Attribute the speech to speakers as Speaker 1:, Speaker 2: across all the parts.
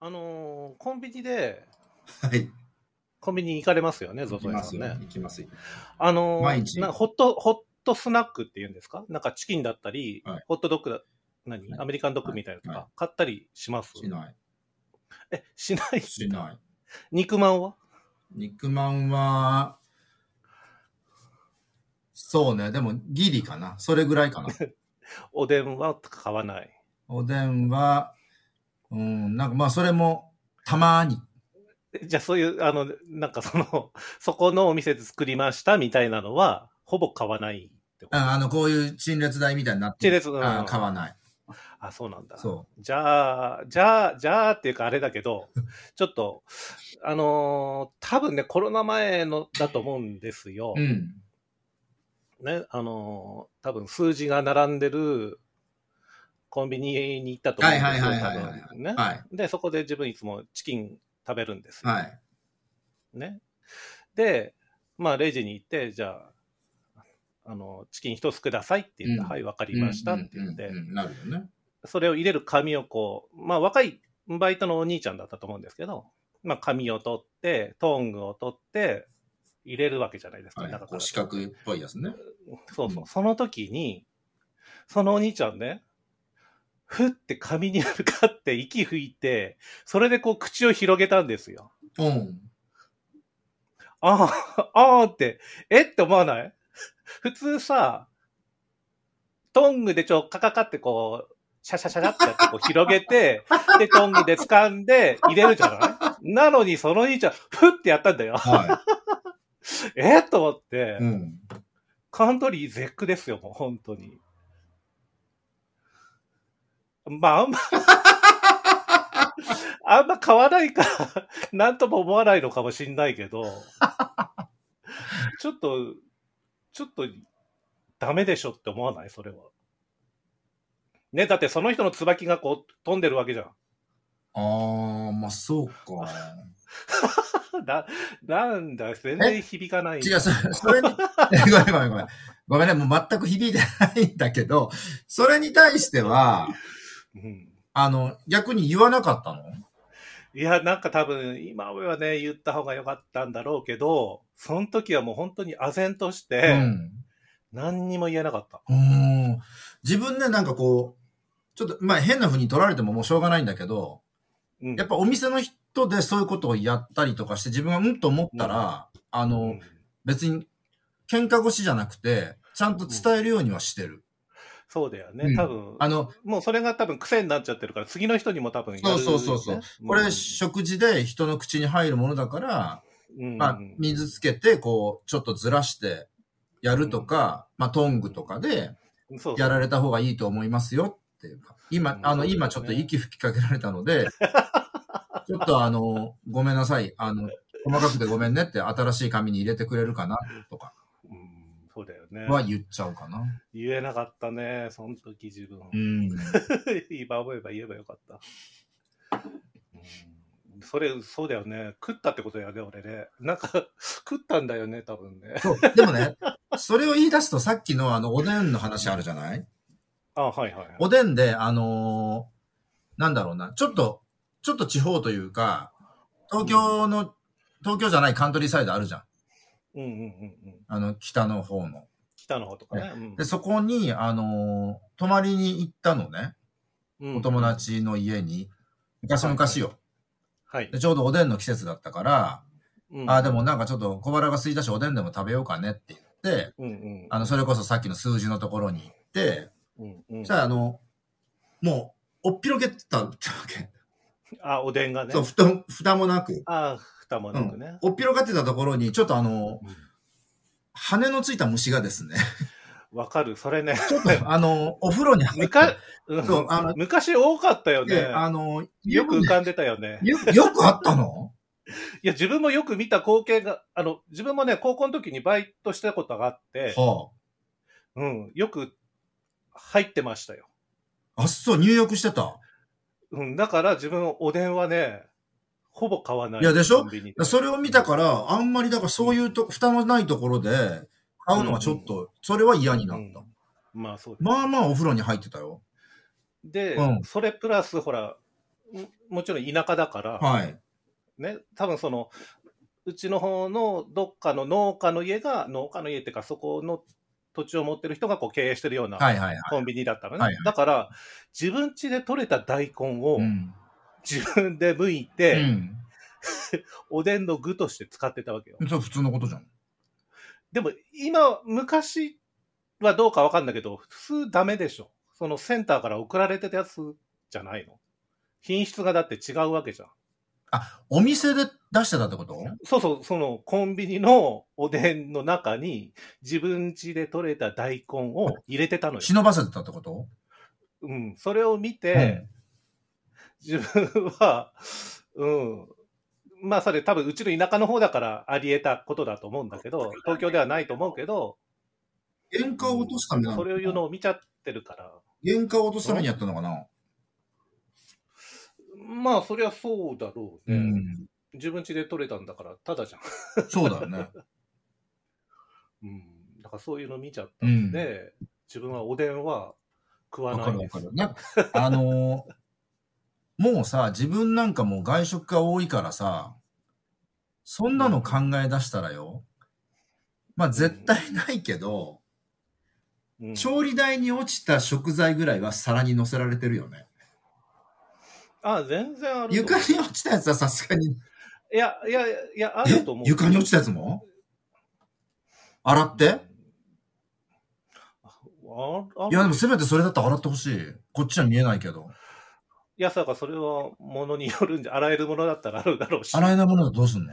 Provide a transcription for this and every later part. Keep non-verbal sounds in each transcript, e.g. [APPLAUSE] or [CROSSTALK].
Speaker 1: あのーコンビニで、
Speaker 2: はい。
Speaker 1: コンビニ行かれますよね、ゾ
Speaker 2: 行き
Speaker 1: ゾエ
Speaker 2: ま
Speaker 1: さ
Speaker 2: す
Speaker 1: ん
Speaker 2: よ。
Speaker 1: ね。
Speaker 2: 行きますよ。
Speaker 1: あのー
Speaker 2: 毎日
Speaker 1: なホット、ホットスナックっていうんですかなんかチキンだったり、
Speaker 2: はい
Speaker 1: ホットドッグだ、何、
Speaker 2: はい
Speaker 1: アメリカンドッグみたいなのと
Speaker 2: は
Speaker 1: か、買ったりします、
Speaker 2: しない。
Speaker 1: え、しない [LAUGHS]
Speaker 2: しない。
Speaker 1: 肉まんは
Speaker 2: 肉まんは、そうね。でも、ギリかな。それぐらい
Speaker 1: [LAUGHS]
Speaker 2: かな。
Speaker 1: おでんは買わない。
Speaker 2: おでんは、うん、なんかまあ、それも、たまに。
Speaker 1: えじゃあそういう、あの、なんかその、 [LAUGHS] そこのお店で作りましたみたいなのは、ほぼ買わないってこと
Speaker 2: ああの、こういう陳列台みたいになっ
Speaker 1: 陳
Speaker 2: てる。
Speaker 1: 列うん
Speaker 2: あ買わない。
Speaker 1: あ、そうなんだ。
Speaker 2: そ
Speaker 1: じゃあ、じゃあ、じゃあっていうかあれだけ
Speaker 2: [LAUGHS]
Speaker 1: ど、ちょっと、あのー多分ね、コロナ前のだと思うんですよ。
Speaker 2: う。うん。
Speaker 1: ね、あのー多分数字が並んでるコンビニに行ったと思
Speaker 2: は
Speaker 1: うん
Speaker 2: い
Speaker 1: で
Speaker 2: は
Speaker 1: す
Speaker 2: い
Speaker 1: よ、
Speaker 2: はいはいはい
Speaker 1: 多分ね。
Speaker 2: はい。
Speaker 1: で、そこで自分いつもチキン食べるんですよ。
Speaker 2: はい。
Speaker 1: ね。で、まあ、レジに行って、じゃあ、あの、チキン一つくださいって言った
Speaker 2: うん
Speaker 1: はい、わかりましたって言っ
Speaker 2: うん
Speaker 1: て
Speaker 2: うん、うんうんなるよね。
Speaker 1: それを入れる紙をこう、まあ、若いバイトのお兄ちゃんだったと思うんですけど、まあ、紙を取って、トングを取って、入れるわけじゃないですか、
Speaker 2: はい
Speaker 1: 中か
Speaker 2: こ
Speaker 1: ら
Speaker 2: う四角っぽいやつね。
Speaker 1: そうそう。その時に、そのお兄ちゃんね、ふって紙に向かって息吹いて、それでこう口を広げたんですよ。
Speaker 2: うん。
Speaker 1: ああ、ああって、えって思わない普通さ、トングでちょ、カカカってこう、シャシャシャシャってやってこう広げて、で、トングで掴んで入れるじゃないなのに、その兄ちゃん、ふってやったんだよ。
Speaker 2: は
Speaker 1: えっと思って、 [LAUGHS]
Speaker 2: い。うん。
Speaker 1: カントリー絶句ですよ、もう本当に。まあ、あん
Speaker 2: [LAUGHS]
Speaker 1: ま、あんま買わないから、なんとも思わないのかもしんないけど、ちょっと、ちょっと、ダメでしょって思わないそれは。ね、だってその人の椿がこう飛んでるわけじゃん。
Speaker 2: ああ、まあそうか。
Speaker 1: [LAUGHS] な、なんだ、全然響かない。
Speaker 2: 違う、それ、それに、 [LAUGHS] ごめんごめんごめん。ごめんね、もう全く響いてないんだけど、それに対しては、
Speaker 1: うん
Speaker 2: あの、逆に言わなかったの
Speaker 1: いや、なんか多分、今はね、言った方が良かったんだろうけど、その時はもう本当に唖然として、何にも言えなかった。
Speaker 2: うん。うん。自分でなんかこう、ちょっと、まあ変な風に取られてももうしょうがないんだけど、
Speaker 1: うん
Speaker 2: やっぱお店の人でそういうことをやったりとかして自分がうんと思ったら、あ
Speaker 1: う
Speaker 2: の
Speaker 1: ん、
Speaker 2: 別に喧嘩腰じゃなくて、ちゃんと伝えるようにはしてる。
Speaker 1: そうだよ
Speaker 2: う
Speaker 1: ね、
Speaker 2: ん
Speaker 1: 多分。
Speaker 2: あの、
Speaker 1: もうそれが多分癖になっちゃってるから、次の人にも多分やるよね、
Speaker 2: そうそうそう
Speaker 1: うん
Speaker 2: これ食事で人の口に入るものだから、
Speaker 1: うん
Speaker 2: まあ、水つけて、こう、ちょっとずらしてやるとか、まあ、トングとかで
Speaker 1: そう
Speaker 2: やら
Speaker 1: れ
Speaker 2: れた方がいいと思いますよっていうか、
Speaker 1: う
Speaker 2: 今、
Speaker 1: ん
Speaker 2: あ
Speaker 1: そう
Speaker 2: の、
Speaker 1: ですね
Speaker 2: 今ちょっと息吹きかけられた
Speaker 1: [LAUGHS]
Speaker 2: ので、ちょっとあの、ごめんなさい。あの、細かくてごめんねって新しい紙に入れてくれるかなとか
Speaker 1: うん、そうだよね。
Speaker 2: は言っちゃうかな。
Speaker 1: 言えなかったね、その時自分。
Speaker 2: うん。
Speaker 1: [LAUGHS] 今思えば言えばよかった。うんそれ、そうだよね。食ったってことだよね、俺ね。なんか、食ったんだよね、多分ね。
Speaker 2: そう。でもね、それを言い出すとさっきのあの、おでんの話あるじゃない
Speaker 1: あ、はいはいはい。
Speaker 2: おでんで、あのーなんだろうな、ちょっと、ちょっと地方というか、東京の、東京じゃないカントリーサイドあるじゃん。
Speaker 1: うんうんうんうん。
Speaker 2: あの、北の方の。
Speaker 1: 北の方とかね。うん
Speaker 2: で、そこに、あのー泊まりに行ったのね。
Speaker 1: うん
Speaker 2: お友。達の家に。昔々よ。
Speaker 1: はい
Speaker 2: で、。ちょうどおでんの季節だったから、
Speaker 1: うん
Speaker 2: ああ、でもなんかちょっと小腹が空いたし、おでんでも食べようかねって言って、
Speaker 1: うんうん。
Speaker 2: あの、それこそさっきの数字のところに行って、
Speaker 1: うんうん
Speaker 2: そしたらあの、もう、おっぴろげたわけ。
Speaker 1: あ、おでんがね
Speaker 2: そう、。蓋も、蓋もなく。
Speaker 1: あ、蓋もなくね。
Speaker 2: おっぴろがってたところに、ちょっとあの、
Speaker 1: うん
Speaker 2: 羽のついた虫がですね、
Speaker 1: わかる。それ
Speaker 2: [LAUGHS]
Speaker 1: ね。
Speaker 2: ちょっとあの、お風呂に入
Speaker 1: む
Speaker 2: っ
Speaker 1: か
Speaker 2: て、
Speaker 1: うん
Speaker 2: そうあの
Speaker 1: 昔多かったよね。
Speaker 2: あの、
Speaker 1: よく浮かんでたよね。
Speaker 2: よく、よくあったの
Speaker 1: いや、自分もよく見た光景が、あの、自分もね、高校の時にバイトしたことがあって、
Speaker 2: は
Speaker 1: うん、よく入ってましたよ。
Speaker 2: あ、あっそう、入浴してた。
Speaker 1: うん、だから自分、おでんはね、ほぼ買わない。
Speaker 2: いやでしょ
Speaker 1: コンビニで
Speaker 2: それを見たから、あんまり、だからそういうと、蓋のないところで、買うのはちょっと、それは嫌になっ
Speaker 1: うん
Speaker 2: た。
Speaker 1: まあそうです
Speaker 2: まあまあお風呂に入ってたよ。
Speaker 1: で、
Speaker 2: うん
Speaker 1: それプラス、ほら、ももちろん田舎だから、
Speaker 2: はい。
Speaker 1: ね、多分その、うちの方のどっかの農家の家が、農家の家っていうか、そこの土地を持ってる人がこう経営してるような
Speaker 2: はいはいはい。
Speaker 1: コンビニだったのね。
Speaker 2: はいは
Speaker 1: だから、自分家で採れた大根を
Speaker 2: うん。
Speaker 1: 自分で剥いうて、
Speaker 2: ん。
Speaker 1: おでんの具として使ってたわけよ。
Speaker 2: それ普通のことじゃん。
Speaker 1: でも、今、昔はどうかわかんないけど、普通ダメでしょ。そのセンターから送られてたやつじゃないの。品質がだって違うわけじゃん。
Speaker 2: お店で出してたってこと
Speaker 1: そうそう、そのコンビニのおでんの中に自分家で採れた大根を入れてたのよ。
Speaker 2: 忍ばせてたってこと
Speaker 1: うん。それを見て、自分は、うん。まあそれ多分うちの田舎の方だからあり得たことだと思うんだけど、東京ではないと思うけど、
Speaker 2: 原価を落とすためなの
Speaker 1: それを言うのを見ちゃってるから。
Speaker 2: 原価を落とすためにやったのかな
Speaker 1: まあそりゃそうだろう
Speaker 2: う
Speaker 1: ね。
Speaker 2: ん。
Speaker 1: 自分家で採れたんだから、ただじゃん。
Speaker 2: そうだよね。
Speaker 1: うん。だからそういうの見ちゃったんで、自分はおでんは食 [LAUGHS] わ
Speaker 2: わ
Speaker 1: な
Speaker 2: か
Speaker 1: い
Speaker 2: る
Speaker 1: で
Speaker 2: わ
Speaker 1: す
Speaker 2: か。る。なんか、あのーもうさ、自分なんかもう外食が多いからさ、そんなの考え出したらよ、まあ絶対ないけど、
Speaker 1: うん
Speaker 2: 調理台に落ちた食材ぐらいは皿に乗せられてるよね。
Speaker 1: あ、全然あると思
Speaker 2: 床
Speaker 1: う。
Speaker 2: に落ちたやつはさすがに、
Speaker 1: いや、いや、いや、あ
Speaker 2: え
Speaker 1: ると思う。
Speaker 2: 床に落ちたやつも洗って
Speaker 1: ああ
Speaker 2: いやでもせめてそれだったら洗ってほしい。こっちは見えないけど。
Speaker 1: いや、さかそれはものによるんじゃ、洗えるものだったらあるだろうし。
Speaker 2: 洗えないものだとどうすんの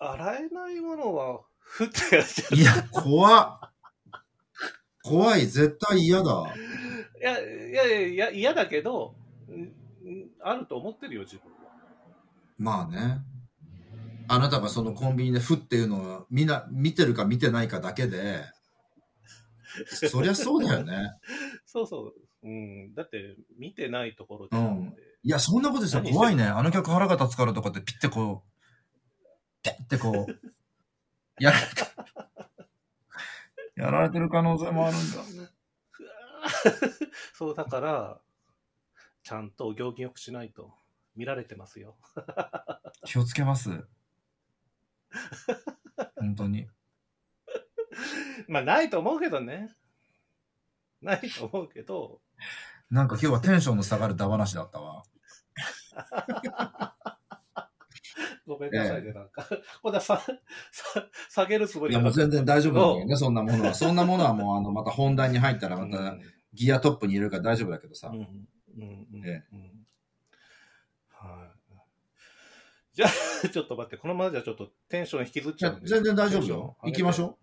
Speaker 1: 洗えないものは、ふってやっちゃう。
Speaker 2: いや、怖っ。怖い。絶対嫌だ。
Speaker 1: いや、いや、いや、嫌だけど、んんあると思ってるよ、自分は。
Speaker 2: まあね。あなたがそのコンビニでふっていうのをみんな見てるか見てないかだけで、そりゃそうだよね。
Speaker 1: そうそう。うん。だって、見てないところで。
Speaker 2: うんいや、そんなことしたら
Speaker 1: 何してる
Speaker 2: 怖いね。あの客腹が立つからとかってピッてこう、ピッてこう、やられた。やられてる可能性もあるんだ。
Speaker 1: そう、だから、ちゃんと行儀よくしないと、見られてますよ。
Speaker 2: 気をつけます。本当に。
Speaker 1: まあ、ないと思うけどね。ないと思うけど、
Speaker 2: なんか今日はテンションの下がるダ話だったわ。
Speaker 1: ごめんなさいね、なんか。 [LAUGHS] ほな、さ、さ、下げるつも
Speaker 2: い
Speaker 1: り
Speaker 2: や、
Speaker 1: な
Speaker 2: も
Speaker 1: か
Speaker 2: う
Speaker 1: った
Speaker 2: 全然大丈夫なんだよね、 [LAUGHS] そんなものは。そんなものはもう、あの、また本題に入ったら、ま
Speaker 1: う
Speaker 2: た
Speaker 1: ん
Speaker 2: ギアトップに入れるから大丈夫だけどさ
Speaker 1: う。んうんうん
Speaker 2: え
Speaker 1: うんはい。じゃあ、 [LAUGHS] ちょっと待って、このままじゃちょっとテンション引きずっ
Speaker 2: い
Speaker 1: ちゃ
Speaker 2: や
Speaker 1: うん、で。
Speaker 2: 全然大丈夫よ。
Speaker 1: テンション上
Speaker 2: 行き
Speaker 1: げて
Speaker 2: ましょ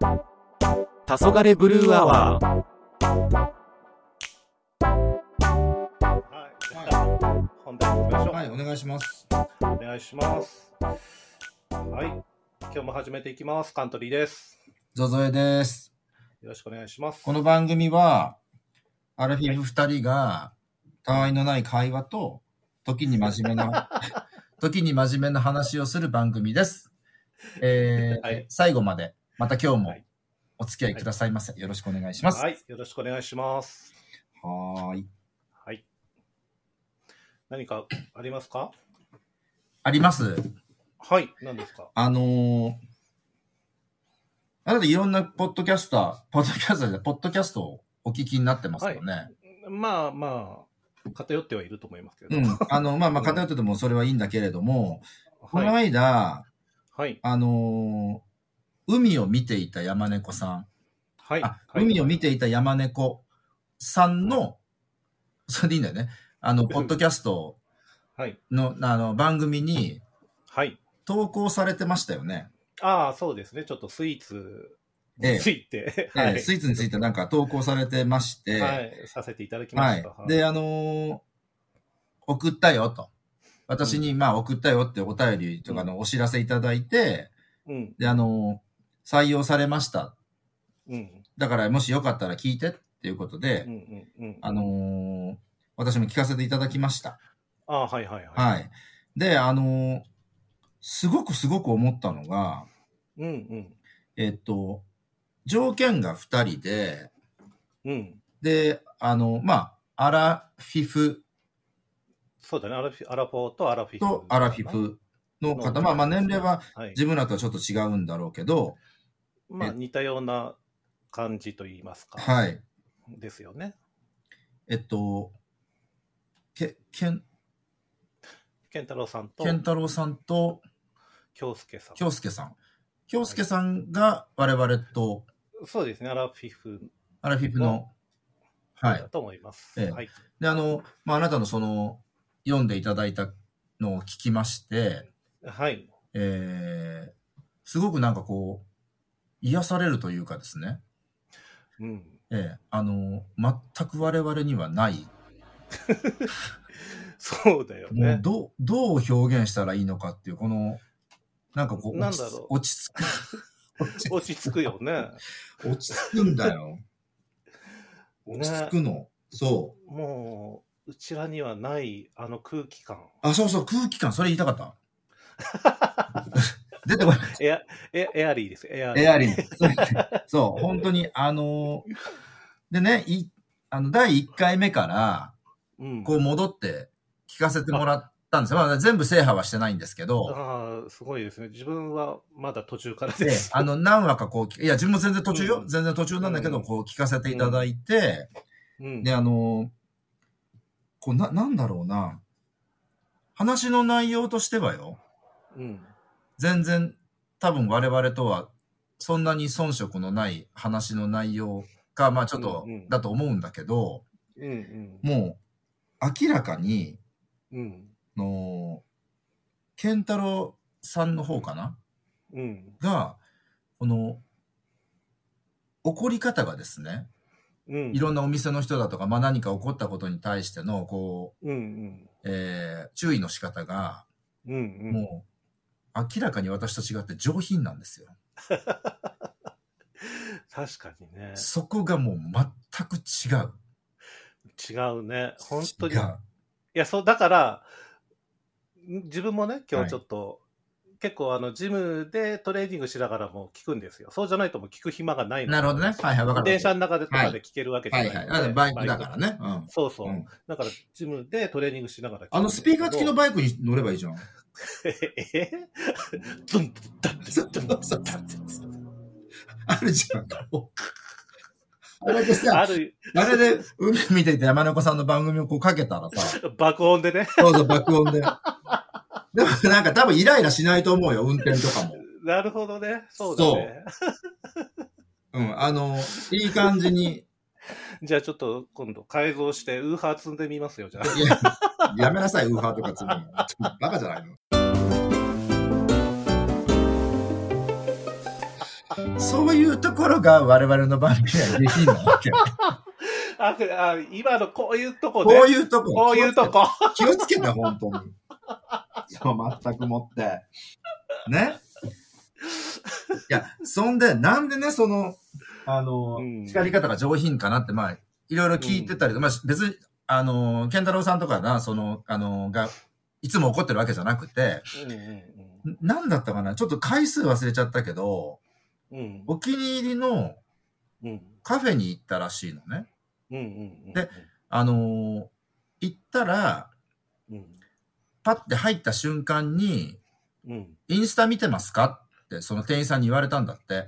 Speaker 3: 黄昏ブルーアワー。
Speaker 1: はい。じゃあ本題行きまし
Speaker 2: う。
Speaker 1: ょう、
Speaker 2: はい、お願いします。
Speaker 1: お願いします。はい。今日も始めていきます。カントリーです。
Speaker 2: ゾゾエです。
Speaker 1: よろしくお願いします。
Speaker 2: この番組は、アルフィフ2人が、たわいのない会話と、時に真面目な、時に真面目な話をする番組です。えー
Speaker 1: はい
Speaker 2: 最後まで、また今日も
Speaker 1: はい
Speaker 2: お付き合いくださいませ。よろしくお願いします。は
Speaker 1: はい。よろしくお願いします。
Speaker 2: ーい。
Speaker 1: はい。何かありますか
Speaker 2: あります。
Speaker 1: はい。何ですか
Speaker 2: あのー、あなたいろんなポッドキャスター、ポッドキャスターじゃないポッドキャストをお聞きになってますよね。
Speaker 1: まあまあ、偏ってはいると思いますけど。
Speaker 2: うん。あの、まあまあ、偏っててもそれはいいんだけれども、この
Speaker 1: はい。
Speaker 2: 間、
Speaker 1: はい。
Speaker 2: あのー海を見ていた山猫さん、
Speaker 1: はい。
Speaker 2: あ、
Speaker 1: はい
Speaker 2: 海を見ていた山猫さんの、それでいいんだよね。あの、ポッドキャスト
Speaker 1: はい。
Speaker 2: の、あの、番組に
Speaker 1: はい。
Speaker 2: 投稿されてましたよね。
Speaker 1: ああ、そうですね。ちょっとスイーツ
Speaker 2: ええ
Speaker 1: について、 [LAUGHS]
Speaker 2: えースイーツについてなんか投稿されてまして、
Speaker 1: はい、させていただきま
Speaker 2: は
Speaker 1: し
Speaker 2: い
Speaker 1: た。はい。
Speaker 2: で、あのー送ったよと。私に、まあ、送ったよってお便りとかのお知らせいただいて、
Speaker 1: うん、
Speaker 2: で、あのー採用されました。
Speaker 1: うん、
Speaker 2: だから、もしよかったら聞いてっていうことで、
Speaker 1: うん、うん、うん。
Speaker 2: あのー私も聞かせていただきました。
Speaker 1: ああ、はい、はい、は
Speaker 2: はい。で、あのーすごくすごく思ったのが、
Speaker 1: い。うん、うん。
Speaker 2: えっと、条件が2人で、
Speaker 1: うん。
Speaker 2: で、あの、まあ、アラフィフ
Speaker 1: そうだね。アラフィアラフォーとアラフィフ。
Speaker 2: とアラフィ。フの方、まあ、まあ、年齢は
Speaker 1: はい。
Speaker 2: 自分らとはちょっと違うんだろうけど、
Speaker 1: まあ、似たような感じといいますか。
Speaker 2: はい。
Speaker 1: ですよね。
Speaker 2: えっと、け、けん、
Speaker 1: 健太郎さんと
Speaker 2: 健太郎さんと
Speaker 1: 京介さん。
Speaker 2: 京介さん。京介さんが我々と
Speaker 1: そうですね。アラフィフ
Speaker 2: アラフィフの、はい
Speaker 1: だ。と思います。
Speaker 2: ええ
Speaker 1: はい。
Speaker 2: で、あの、まあ、あなたのその、読んでいただいたのを聞きまして、
Speaker 1: はい。
Speaker 2: えー、すごくなんかこう、癒されるというかですね、
Speaker 1: うん。
Speaker 2: えー、あの、全く我々にはない、
Speaker 1: そうだよ
Speaker 2: もう
Speaker 1: ね。
Speaker 2: どう、どう表現したらいいのかっていう、この、なんかこう、
Speaker 1: なんだろう
Speaker 2: 落ち着く。落ち
Speaker 1: 落ち着くよ
Speaker 2: [LAUGHS]
Speaker 1: ね。
Speaker 2: 落ち着くんだよ。
Speaker 1: ね
Speaker 2: 落ち着くの。そう。
Speaker 1: もう、うちらにはないあの空気
Speaker 2: [LAUGHS]
Speaker 1: 感。
Speaker 2: あ、そうそう、空気感、それ言いたか
Speaker 1: [LAUGHS]
Speaker 2: った。出てこない。
Speaker 1: エア、エエアリーです。エアリー。
Speaker 2: エアリン。そう、本当に、あのーでね、い、あの、第1回目から、
Speaker 1: うん。
Speaker 2: こう戻って聞かせてもらったんですよ。まあ、全部制覇はしてないんですけど、
Speaker 1: ああ、すごいですね。自分はまだ途中からで
Speaker 2: で、
Speaker 1: す。
Speaker 2: あの、何話かこう、いや、自分も全然途中よ。
Speaker 1: うん
Speaker 2: 全然途中なんだけど、
Speaker 1: うん
Speaker 2: こう聞かせていただいて、
Speaker 1: うん
Speaker 2: で、あのーこう、な、なんだろうな。話の内容としてはよ、
Speaker 1: うん。
Speaker 2: 全然多分我々とはそんなに遜色のない話の内容がまあちょっと
Speaker 1: うんうん
Speaker 2: だと思うんだけど、
Speaker 1: うん。
Speaker 2: もう明らかに
Speaker 1: うん。うん。
Speaker 2: あの健太郎さんの方かな
Speaker 1: うん。
Speaker 2: がこの怒り方がですね
Speaker 1: うん。
Speaker 2: いろんなお店の人だとか、まあ、何か起こったことに対してのこ
Speaker 1: うん。うん。
Speaker 2: う、えー注意の仕方が
Speaker 1: うん。うん。
Speaker 2: もう明らかに私と違って上品なんですよ。
Speaker 1: 確かにね。
Speaker 2: そこがもう全く違う。
Speaker 1: 違うね。本当に。い
Speaker 2: 違う
Speaker 1: や、そう、だから、自分もね、今
Speaker 2: はい
Speaker 1: 日ちょっと、結構あの、ジムでトレーニングしながらも聞くんですよ。そうじゃないともう聞く暇がないの
Speaker 2: なるほどね。はいはい、わかる。
Speaker 1: 電車の中でとかで聞けるわけじゃ
Speaker 2: は
Speaker 1: ないいので
Speaker 2: はい。あバイクだからね。うん。
Speaker 1: そうそう。
Speaker 2: うん
Speaker 1: だから、ジムでトレーニングしながら聞くんですけど。
Speaker 2: あのスピーカー付きのバイクに乗ればいいじゃん。
Speaker 1: [LAUGHS] え
Speaker 2: [LAUGHS]
Speaker 1: ドンドン
Speaker 2: そう
Speaker 1: ドン
Speaker 2: そうそうあるじゃん。あれで
Speaker 1: あ
Speaker 2: さ、
Speaker 1: る
Speaker 2: あれで海見てて山中さんの番組をこうかけたらさ、
Speaker 1: 爆音でね。
Speaker 2: どうぞ爆音で。でもなんか多分イライラしないと思うよ、運転とかも。
Speaker 1: なるほどね。そうだね。
Speaker 2: うん、あの、いい感じに。
Speaker 1: じゃあちょっと今度改造してウーハー積んでみますよ、じゃあ。
Speaker 2: いや、やめなさい、ウーハーとかつむの。バカじゃないの。そういうところが我々の番組はできんの。
Speaker 1: あ、であ今のこういうとこね。
Speaker 2: こういうとこ。
Speaker 1: こういうと。こ。
Speaker 2: 気をつけて、本当に。そう、全くもって。ね。いや、そんで、なんでね、その、あの、
Speaker 1: うん
Speaker 2: 叱り方が上品かなって、まあ、いろいろ聞いてたり、まあ、別に、あの、健太郎さんとかが、その、あの、が、いつも怒ってるわけじゃなくて、
Speaker 1: うん
Speaker 2: んなんだったかなちょっと回数忘れちゃったけど、
Speaker 1: うんうん。
Speaker 2: お気に入りの
Speaker 1: うん。うん。
Speaker 2: カフェに行ったらしいのね。
Speaker 1: うん。うん。
Speaker 2: であのー行ったら、
Speaker 1: うん。
Speaker 2: パッて入った瞬間に、
Speaker 1: うん。
Speaker 2: インスタ見てますかって、その店員さんに言われたんだって。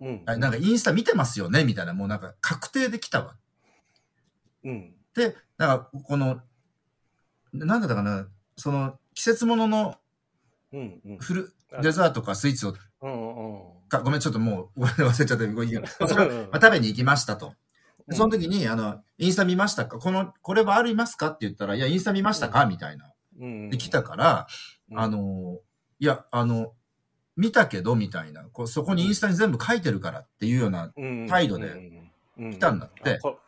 Speaker 1: うん。
Speaker 2: あなんかインスタ見てますよねみたいな、もうなんか確定できたわ。
Speaker 1: うん。
Speaker 2: で、なんかこの、なんだったかな、その季節物のの
Speaker 1: うん。うん。
Speaker 2: フル、デザートかスイーツを
Speaker 1: うん。うん。
Speaker 2: か、ごめん、ちょっともうごめ [LAUGHS] ん忘れちゃった。ごめんいいよまあそれはまあ食べに行きましたと。でその時に、あの、インスタ見ましたかこの、これはありますかって言ったら、いや、インスタ見ましたかみたいな。
Speaker 1: うん。
Speaker 2: で、来たから、
Speaker 1: うん
Speaker 2: あ、の、いや、あの、見たけど、みたいな。こうそこにインスタに全部書いてるからっていうような態度で
Speaker 1: 来
Speaker 2: 来たんだって。
Speaker 1: こ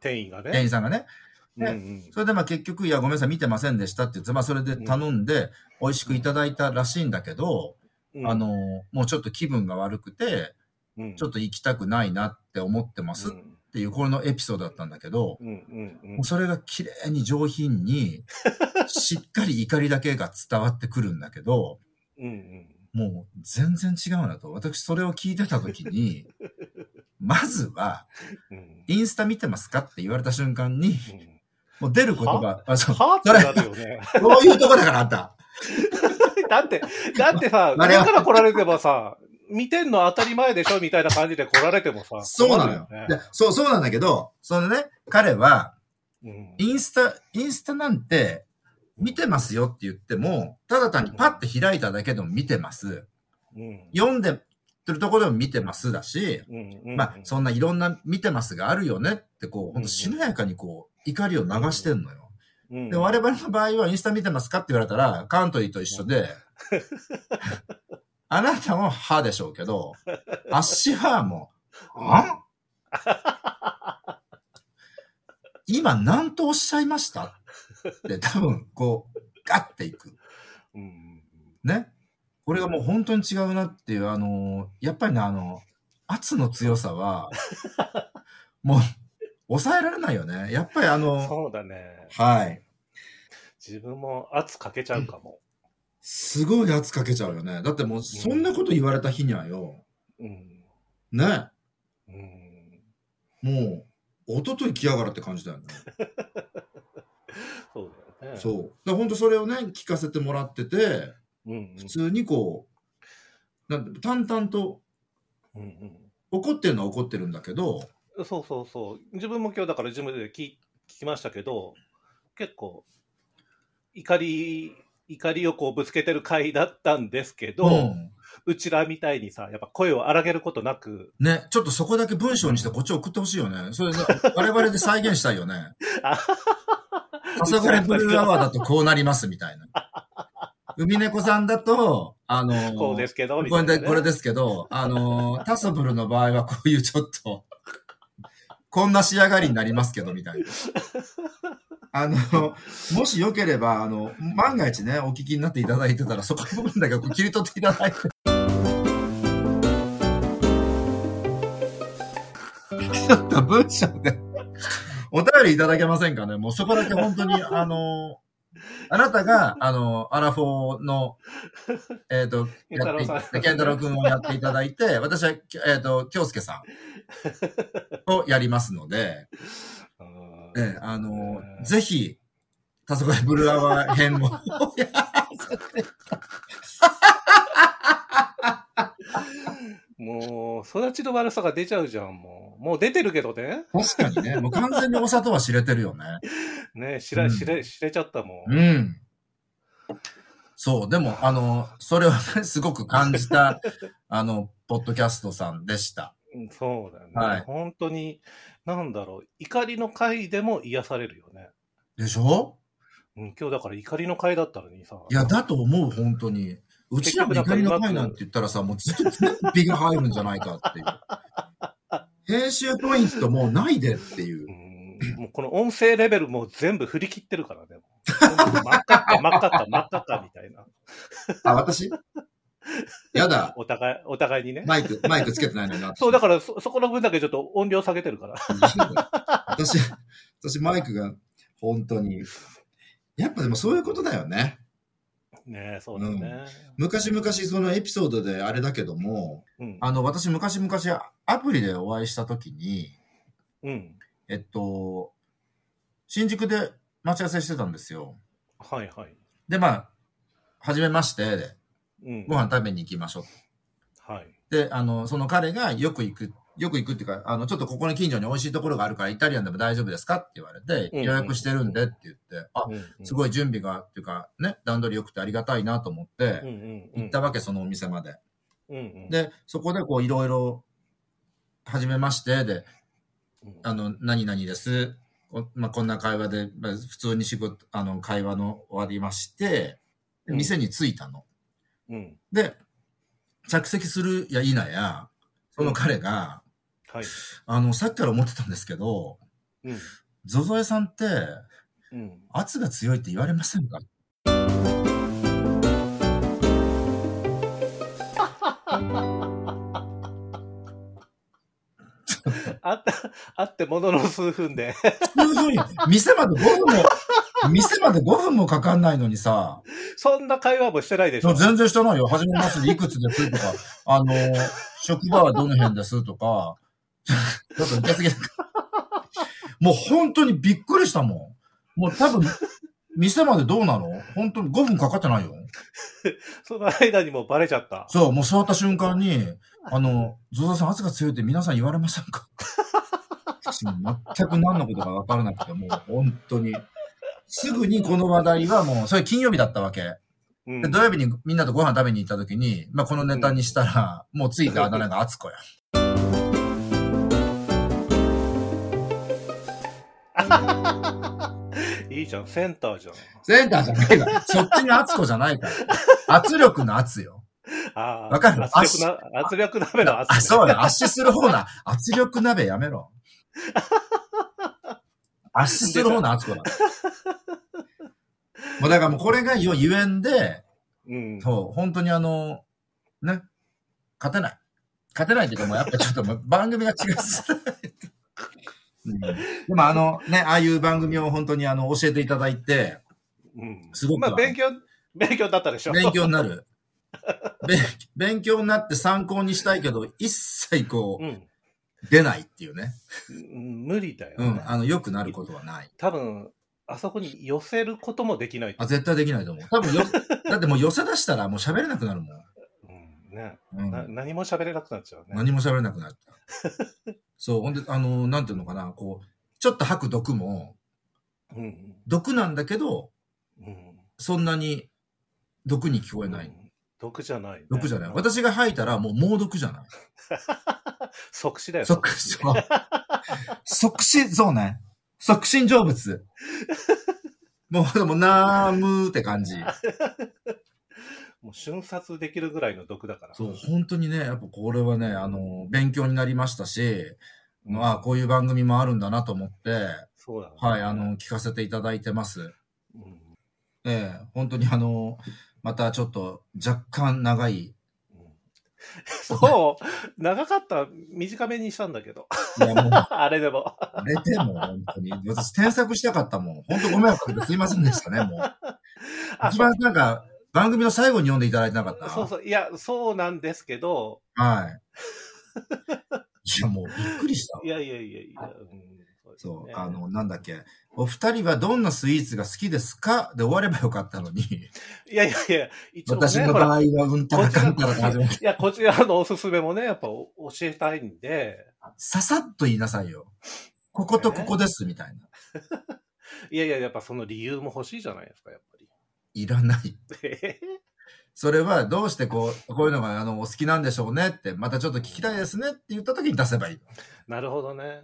Speaker 1: 店員が
Speaker 2: 店
Speaker 1: ね。
Speaker 2: 員さんがね。
Speaker 1: うん
Speaker 2: ね
Speaker 1: うん
Speaker 2: それでまあ結局、いや、ごめんなさい、見てませんでしたって言って、まあそれで頼んで、美味しくいただいたらしいんだけど、
Speaker 1: うん
Speaker 2: あの、もうちょっと気分が悪くて、ちょっ
Speaker 1: と
Speaker 2: と行きたくないなって思ってますっ
Speaker 1: う
Speaker 2: ていう、これのエピソードだったんだけど、
Speaker 1: んうんうんうん
Speaker 2: もうそれが綺麗に上
Speaker 1: [LAUGHS]
Speaker 2: 品に、しっかり怒りだけが伝わってくるんだけど、
Speaker 1: うん
Speaker 2: もう全然違うなと。私それを聞いてた
Speaker 1: [LAUGHS]
Speaker 2: 時に、まずは、
Speaker 1: うん。
Speaker 2: インスタ見てますかって言われた瞬間に、
Speaker 1: うん
Speaker 2: もう出る言葉、あ、そう、
Speaker 1: は
Speaker 2: それ
Speaker 1: ーってなるよね。
Speaker 2: そういうとこだからあんた。
Speaker 1: [LAUGHS] だって、だって
Speaker 2: [LAUGHS]
Speaker 1: さ、
Speaker 2: あれ
Speaker 1: 上
Speaker 2: は
Speaker 1: から来られてもさ、見てんの当たり前でしょみたいな感じで来られてもさ。
Speaker 2: そうなのよ
Speaker 1: 困るよ。
Speaker 2: でそう、そうなんだけど、そのね、彼は、
Speaker 1: ね
Speaker 2: インスタ、インスタなんて、見てますよって言っても、ただ単にパッて開いただけでも見てます。
Speaker 1: うん。うん
Speaker 2: 読んでるところでも見てますだし、
Speaker 1: うんうん
Speaker 2: まあ、そんないろんな見てますがあるよねって、こう、ほんとしなやかにこう、怒りを流してんのよ。
Speaker 1: うん
Speaker 2: で、我々の場合はインスタ見てますかって言われたら、カントリーと一緒
Speaker 1: [LAUGHS]
Speaker 2: で、あなたも歯でしょうけど、あっしはもう、あん今何とおっしゃいましたって多分、こう、ガッていく。
Speaker 1: うん
Speaker 2: ね。これがもう本当に違うなっていう、あのーやっぱりね、あの、圧の強さ
Speaker 1: [LAUGHS]
Speaker 2: は、もう、抑えられないよね。やっぱりあの、
Speaker 1: そうだね。
Speaker 2: はい。
Speaker 1: 自分も圧かけちゃうかも。
Speaker 2: すごい圧かけちゃうよね。だってもう、そんなこと言われた日にはよ、
Speaker 1: うん。
Speaker 2: ね、
Speaker 1: うん。
Speaker 2: もう、一昨日来やがらって感じだよ
Speaker 1: [LAUGHS]
Speaker 2: ね。
Speaker 1: そうだよね。
Speaker 2: そう。だから本当それをね、聞かせてもらってて、
Speaker 1: うんうん。
Speaker 2: 普通にこう、なんて淡々と、
Speaker 1: うん
Speaker 2: 怒ってるのは怒ってるんだけど、
Speaker 1: うん。そうそうそう。自分も今日だからジムで聞聞きましたけど、結構、怒り、怒りをこうぶつけてる回だったんですけど、
Speaker 2: ん、
Speaker 1: うちらみたいにさ、やっぱ声を荒げることなく、
Speaker 2: ね、ちょっとそこだけ文章にしてこっち送ってほしいよね。それで、我々で再現したい
Speaker 1: [LAUGHS]
Speaker 2: よね。
Speaker 1: あ
Speaker 2: 朝がれブルーアワーだとこうなりますみたいな。海猫さんだと、あのー
Speaker 1: こうですけど、み
Speaker 2: こ
Speaker 1: た
Speaker 2: れ
Speaker 1: いな、
Speaker 2: で
Speaker 1: ね。
Speaker 2: これですけど、あの
Speaker 1: [LAUGHS]
Speaker 2: ータソブルの場合はこういうちょっと、こんな仕上がりになりますけど、みたいな。あの、もしよければ、あの、万が一ね、お聞きになっていただいてたら、そこの部分だけこう切り取っていただいて。ちょっと文章で、お便りいただけませんかねもうそこだけ本当に、あのあなたが、あのアラフォーの、えっ、と、
Speaker 1: 健太郎さん
Speaker 2: やってい健太郎君をやっていただいて、私は、きえっ、と、京介さんをやりますので、
Speaker 1: うん
Speaker 2: ええあの
Speaker 1: えー
Speaker 2: ぜひ、たそこでブルーアワー編も。いや
Speaker 1: もう、育ちの悪さが出ちゃうじゃん、もう。もう出てるけどね。
Speaker 2: 確かにね、もう完全にお砂糖は知れてるよね。
Speaker 1: ね、知ら、
Speaker 2: うん
Speaker 1: 知れ、知れちゃったもん。
Speaker 2: うん。そう、でも、あの、それをね、すごく感じ [LAUGHS] た、あの、ポッドキャストさんでした。
Speaker 1: うんそうだよね。
Speaker 2: はい
Speaker 1: 本当に、なんだろう、怒りの回でも癒されるよね。
Speaker 2: でしょ
Speaker 1: うん、今日だから怒りの回だったのにさ。
Speaker 2: いや、だと思う、本当に。うちらの怒りの会なんて言ったらさ、もうずっと全部美が入るんじゃないかっていう。編集ポイントもうないでってい
Speaker 1: う。
Speaker 2: う
Speaker 1: ん、もうこの音声レベルも全部振り切ってるからね。もう真っ赤っか、真っ赤っか、真っ赤っかみたいな。
Speaker 2: あ、私やだ。
Speaker 1: お互い、お互いにね。
Speaker 2: マイク、マイクつけてないのにな。
Speaker 1: そう、だからそ、そこの分だけちょっと音量下げてるから。
Speaker 2: 私、私、マイクが、本当に。やっぱでもそういうことだよね。
Speaker 1: ねえ、そうだね。
Speaker 2: 昔々、そのエピソードであれだけども、
Speaker 1: うん。
Speaker 2: あの、私、昔々、アプリでお会いしたときに、
Speaker 1: うん。
Speaker 2: えっと、新宿で待ち合わせしてたんですよ。
Speaker 1: はいはい。
Speaker 2: で、まあ、はじめましてで、
Speaker 1: うん。
Speaker 2: ご飯食べに行きましょう。
Speaker 1: はい。
Speaker 2: で、あの、その彼がよく行く、よく行くっていうか、あの、ちょっとここの近所に美味しいところがあるから、イタリアンでも大丈夫ですかって言われて、
Speaker 1: うん
Speaker 2: 予約してるんでって言って、あ、す
Speaker 1: い。
Speaker 2: ごい準備が、っていうか、ね、段取り良くてありがたいなと思って
Speaker 1: うん、うんうん。
Speaker 2: 行ったわけ、そのお店まで。
Speaker 1: うんうん。
Speaker 2: で、そこでこう、いろいろ、はじめまして、で、
Speaker 1: うん、
Speaker 2: あの、何々です。こまあ、こんな会話で、まあ、普通に仕事、あの、会話の終わりまして、で
Speaker 1: うん
Speaker 2: 店に着いたの。
Speaker 1: うん。
Speaker 2: で、着席するや否や、その彼が、
Speaker 1: はい。
Speaker 2: あの、さっきから思ってたんですけど、
Speaker 1: うん。
Speaker 2: ゾゾエさんって [LAUGHS]
Speaker 1: うん。
Speaker 2: 圧が強いって言われませんか [LAUGHS]
Speaker 1: あった、あってものの数分で。
Speaker 2: そういうふうに、店まで僕も店まで5分もかかんないのにさ、
Speaker 1: [LAUGHS] そんな会話もしてないでし
Speaker 2: でも
Speaker 1: ょ。
Speaker 2: 全然してないよ。初めましていくつですとか、あの、職場はどの辺ですとか、ちょっと抜けすぎたもう本当にびっくりしたもん。もう多分、店までどうなの本当に5分かかってないよ。
Speaker 1: その間にもうバレちゃった。
Speaker 2: そう、もう座った瞬間に、あの、ゾザさん圧が強いって皆さん言われませんか [LAUGHS] 私も全く何のことか分からなくて、もう本当に。すぐにこの話題はもう、それ金曜日だったわけ。
Speaker 1: うん
Speaker 2: で土曜日にみんなとご飯食べに行った時に、まあ、このネタにしたら、もうついたあだ名が敦子や。
Speaker 1: いいじゃん、センターじゃん。
Speaker 2: センターじゃない
Speaker 1: [LAUGHS]
Speaker 2: から。そっちに敦子じゃないから。圧力の圧よ。
Speaker 1: あー
Speaker 2: わかる
Speaker 1: 圧力な、圧力鍋の圧、
Speaker 2: あ、そうだ。圧死する方な、圧力鍋やめ
Speaker 1: [LAUGHS]
Speaker 2: ろ。圧死する方な敦子だ。もうだからもうこれがよゆえんで、
Speaker 1: うん。
Speaker 2: そう、本当にあの、ね、勝てない。勝てないっていうかもうやっぱちょ [LAUGHS] っともう番組が違うす。うんでもあのね、ああいう番組を本当にあの教えていただいて、
Speaker 1: うん。
Speaker 2: すごく
Speaker 1: まあ、勉強、勉強だったでしょ。
Speaker 2: 勉強にな [LAUGHS] る。べ勉強になって参考にしたいけど、一切こ
Speaker 1: う。
Speaker 2: うん出ないっていうね。
Speaker 1: うん無理だよ、
Speaker 2: う
Speaker 1: ね
Speaker 2: ん、あの、良くなることはない。
Speaker 1: 多分、あそこに寄せることもできないと
Speaker 2: あ、絶対できないと思う。多 [LAUGHS] 分よ、だってもう寄せ出したらもう喋れなくなるもん。
Speaker 1: うん、ね、
Speaker 2: うん、
Speaker 1: な何も喋れなくなっちゃうね。
Speaker 2: 何も喋れなくなった。
Speaker 1: [LAUGHS]
Speaker 2: そう、ほんで、あの、なんていうのかな、こう、ちょっと吐く毒も、
Speaker 1: うん。
Speaker 2: 毒なんだけど、
Speaker 1: うん。
Speaker 2: そんなに毒に聞こえない。
Speaker 1: うん。毒じゃない、ね。
Speaker 2: 毒じゃない。私が吐いたらもう猛毒じゃ
Speaker 1: [LAUGHS]
Speaker 2: ない。
Speaker 1: 即死だよ。
Speaker 2: 即死、そう即死、そうね。即身成仏。もう、でも、なーむーって感じ。
Speaker 1: もう瞬殺できるぐらいの毒だから。
Speaker 2: そう、本当にね、やっぱこれはね、あの、勉強になりましたし、
Speaker 1: うん
Speaker 2: まあ、こういう番組もあるんだなと思って、
Speaker 1: そうだ、ね。
Speaker 2: はい、あの、聞かせていただいてます。
Speaker 1: うん、
Speaker 2: ええ、本当にあの、またちょっと若干長い、
Speaker 1: うん。そう、長かった、短めにしたんだけど。 [LAUGHS]
Speaker 2: いやもう、
Speaker 1: あれでも。
Speaker 2: 寝てもう [LAUGHS] 本当に、私添削したかったもん。本当ご迷惑かけてすいませんでしたね、もう。
Speaker 1: あそ
Speaker 2: 一
Speaker 1: う
Speaker 2: 番なんか、番組の最後に読んでいただいてなかった
Speaker 1: そうそう。いや、そうなんですけど、
Speaker 2: はい。いや、もうびっくりしたわ
Speaker 1: い。やいやいやいや。うん
Speaker 2: そう、
Speaker 1: ですね
Speaker 2: あの、なんだっけ。お二人はどんなスイーツが好きですかで終わればよかったのに、
Speaker 1: いやいやいや、一応ね、
Speaker 2: 私の
Speaker 1: ほ
Speaker 2: 場合
Speaker 1: ら、
Speaker 2: はうんたらかんたらで始まる
Speaker 1: いや、こちらのおすすめもね、やっぱお教えたいんで、
Speaker 2: ささっと言いなさいよ。こことここです、みたいな。
Speaker 1: いやいや、やっぱその理由も欲しいじゃないですか、やっぱり。
Speaker 2: いらない。
Speaker 1: え
Speaker 2: それはどうしてこう、こういうのがあのお好きなんでしょうねって、またちょっと聞きたいですねって言った時に出せばいい。
Speaker 1: [LAUGHS] なるほどね。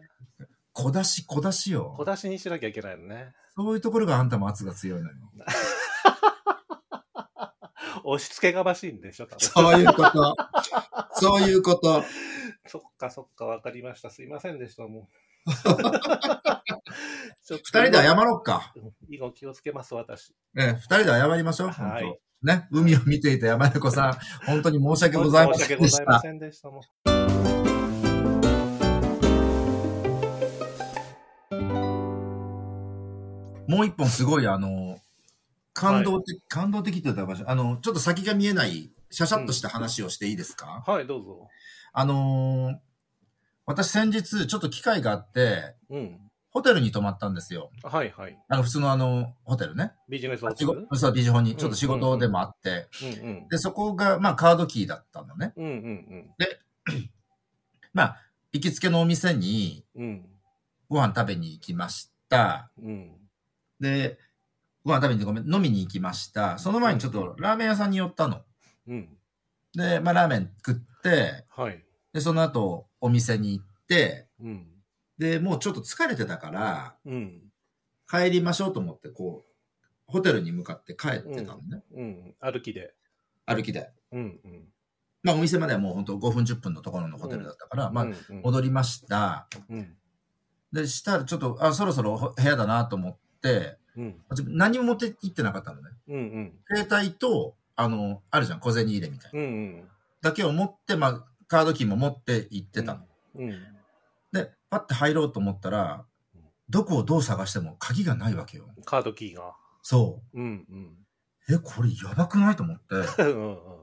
Speaker 2: 小出し、小出しよ。
Speaker 1: 小出しにしなきゃいけないのね。
Speaker 2: そういうところがあんたも圧が強いのよ。
Speaker 1: 押し付けがましいんでしょ、多分。
Speaker 2: [LAUGHS] そういうこと。そういうこと。
Speaker 1: そっかそっか、わかりました。すいませんでした、も
Speaker 2: [LAUGHS]
Speaker 1: う。ちょっと
Speaker 2: 二人で謝ろうか。
Speaker 1: うん以後気をつけます、私。
Speaker 2: ね、二人で謝りましょう。
Speaker 1: はい
Speaker 2: 本当ね、海を見ていた山猫さん、本当に申し訳ございま
Speaker 1: 申し
Speaker 2: せ
Speaker 1: 訳
Speaker 2: ん
Speaker 1: ご
Speaker 2: でし
Speaker 1: ざいま
Speaker 2: た。
Speaker 1: せんでした、もう。
Speaker 2: もう一本すごい、あの、感動的、感動的って言ったらおかしいあの、ちょっと先が見えない、シャシャッとした話をしていいですか、
Speaker 1: はい、どうぞ。
Speaker 2: あのー私先日、ちょっと機会があって、
Speaker 1: うん。
Speaker 2: ホテルに泊まったんですよ。
Speaker 1: はいはい。
Speaker 2: あの、普通のあの、ホテルね。
Speaker 1: ビジネスホテ
Speaker 2: 仕
Speaker 1: ル
Speaker 2: 事、そう、ビジホに、ちょっと仕事でもあって、
Speaker 1: うん
Speaker 2: で、そこが、まあ、カードキーだったのね。
Speaker 1: うん。うんうん
Speaker 2: まあ、行きつけのお店に
Speaker 1: うん。うん。
Speaker 2: ご飯食べに行きました。
Speaker 1: うん。
Speaker 2: で、ご飯食べにごめん、飲みに行きました。その前にちょっとラーメン屋さんに寄ったの。
Speaker 1: うん。
Speaker 2: で、まあラーメン食って、
Speaker 1: はい。
Speaker 2: で、その後お店に行って、
Speaker 1: うん。
Speaker 2: で、もうちょっと疲れてたから、
Speaker 1: うん。
Speaker 2: 帰りましょうと思って、こう、ホテルに向かって帰ってたのね。
Speaker 1: うん。歩きで。
Speaker 2: 歩きで。
Speaker 1: うんうん。
Speaker 2: まあお店まではもう本当5分10分のところのホテルだったから、まあ
Speaker 1: うんうん
Speaker 2: 戻りました。
Speaker 1: うん。
Speaker 2: で、したらちょっと、あ、そろそろほ部屋だなと思って、
Speaker 1: うん。
Speaker 2: 私何も持って行ってなかったのね。
Speaker 1: うんうん。
Speaker 2: 携帯と、あの、あるじゃん、小銭入れみたいな。
Speaker 1: うんうん。
Speaker 2: だけを持って、まあ、カードキーも持って行ってたの。
Speaker 1: うん。
Speaker 2: で、パッて入ろうと思ったら
Speaker 1: うん、
Speaker 2: どこをどう探しても鍵がないわけよ。
Speaker 1: カードキーが。
Speaker 2: そ
Speaker 1: うんうん。 [LAUGHS]
Speaker 2: う。え、これやばくないと思って。
Speaker 1: うんうん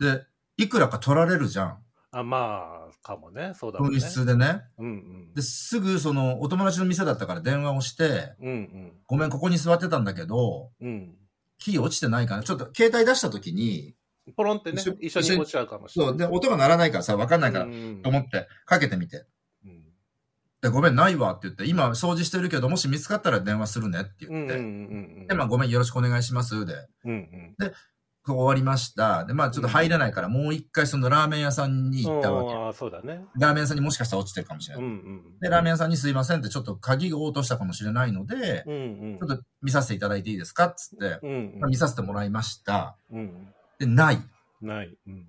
Speaker 2: で、いくらか取られるじゃん。
Speaker 1: あ、まあ、かもね。そうだろう
Speaker 2: 紛
Speaker 1: ね。
Speaker 2: 失でね。
Speaker 1: うんうん
Speaker 2: で、。すぐその、お友達の店だったから電話をして、
Speaker 1: うんうん。
Speaker 2: ごめん、ここに座ってたんだけど、
Speaker 1: うん。
Speaker 2: キー落ちてないかな。ちょっと携帯出した時に、
Speaker 1: ポロンってね
Speaker 2: 一緒、
Speaker 1: 一緒
Speaker 2: 一緒
Speaker 1: に
Speaker 2: に
Speaker 1: 落ちちゃうかもしれ
Speaker 2: そ
Speaker 1: な
Speaker 2: う、
Speaker 1: い。
Speaker 2: で、音が鳴らないからさ、わかんないから、
Speaker 1: うんうん
Speaker 2: と思って、かけてみて。
Speaker 1: うん
Speaker 2: で、ごめん、ないわって言って、今掃除してるけど、もし見つかったら電話するねって
Speaker 1: うん
Speaker 2: 言っ
Speaker 1: うんう
Speaker 2: て、
Speaker 1: ん
Speaker 2: で、まあ、ごめん、よろしくお願いします。で、
Speaker 1: うんうん
Speaker 2: 終わりました。で、まあ、ちょっと入れないから、もう一回そのラーメン屋さんに行ったわけ。
Speaker 1: ああ、そうだね。
Speaker 2: ラーメン屋さんにもしかしたら落ちてるかもしれ
Speaker 1: う
Speaker 2: なんい。
Speaker 1: うん。
Speaker 2: で、ラーメン屋さんにすいませんって、ちょっと鍵を落としたかもしれないので、
Speaker 1: うんうん。
Speaker 2: ちょっと見させていただいていいですかっつって、
Speaker 1: うん
Speaker 2: まあ見させてもらいました。
Speaker 1: うん。うん。
Speaker 2: で、ない。
Speaker 1: ない。うん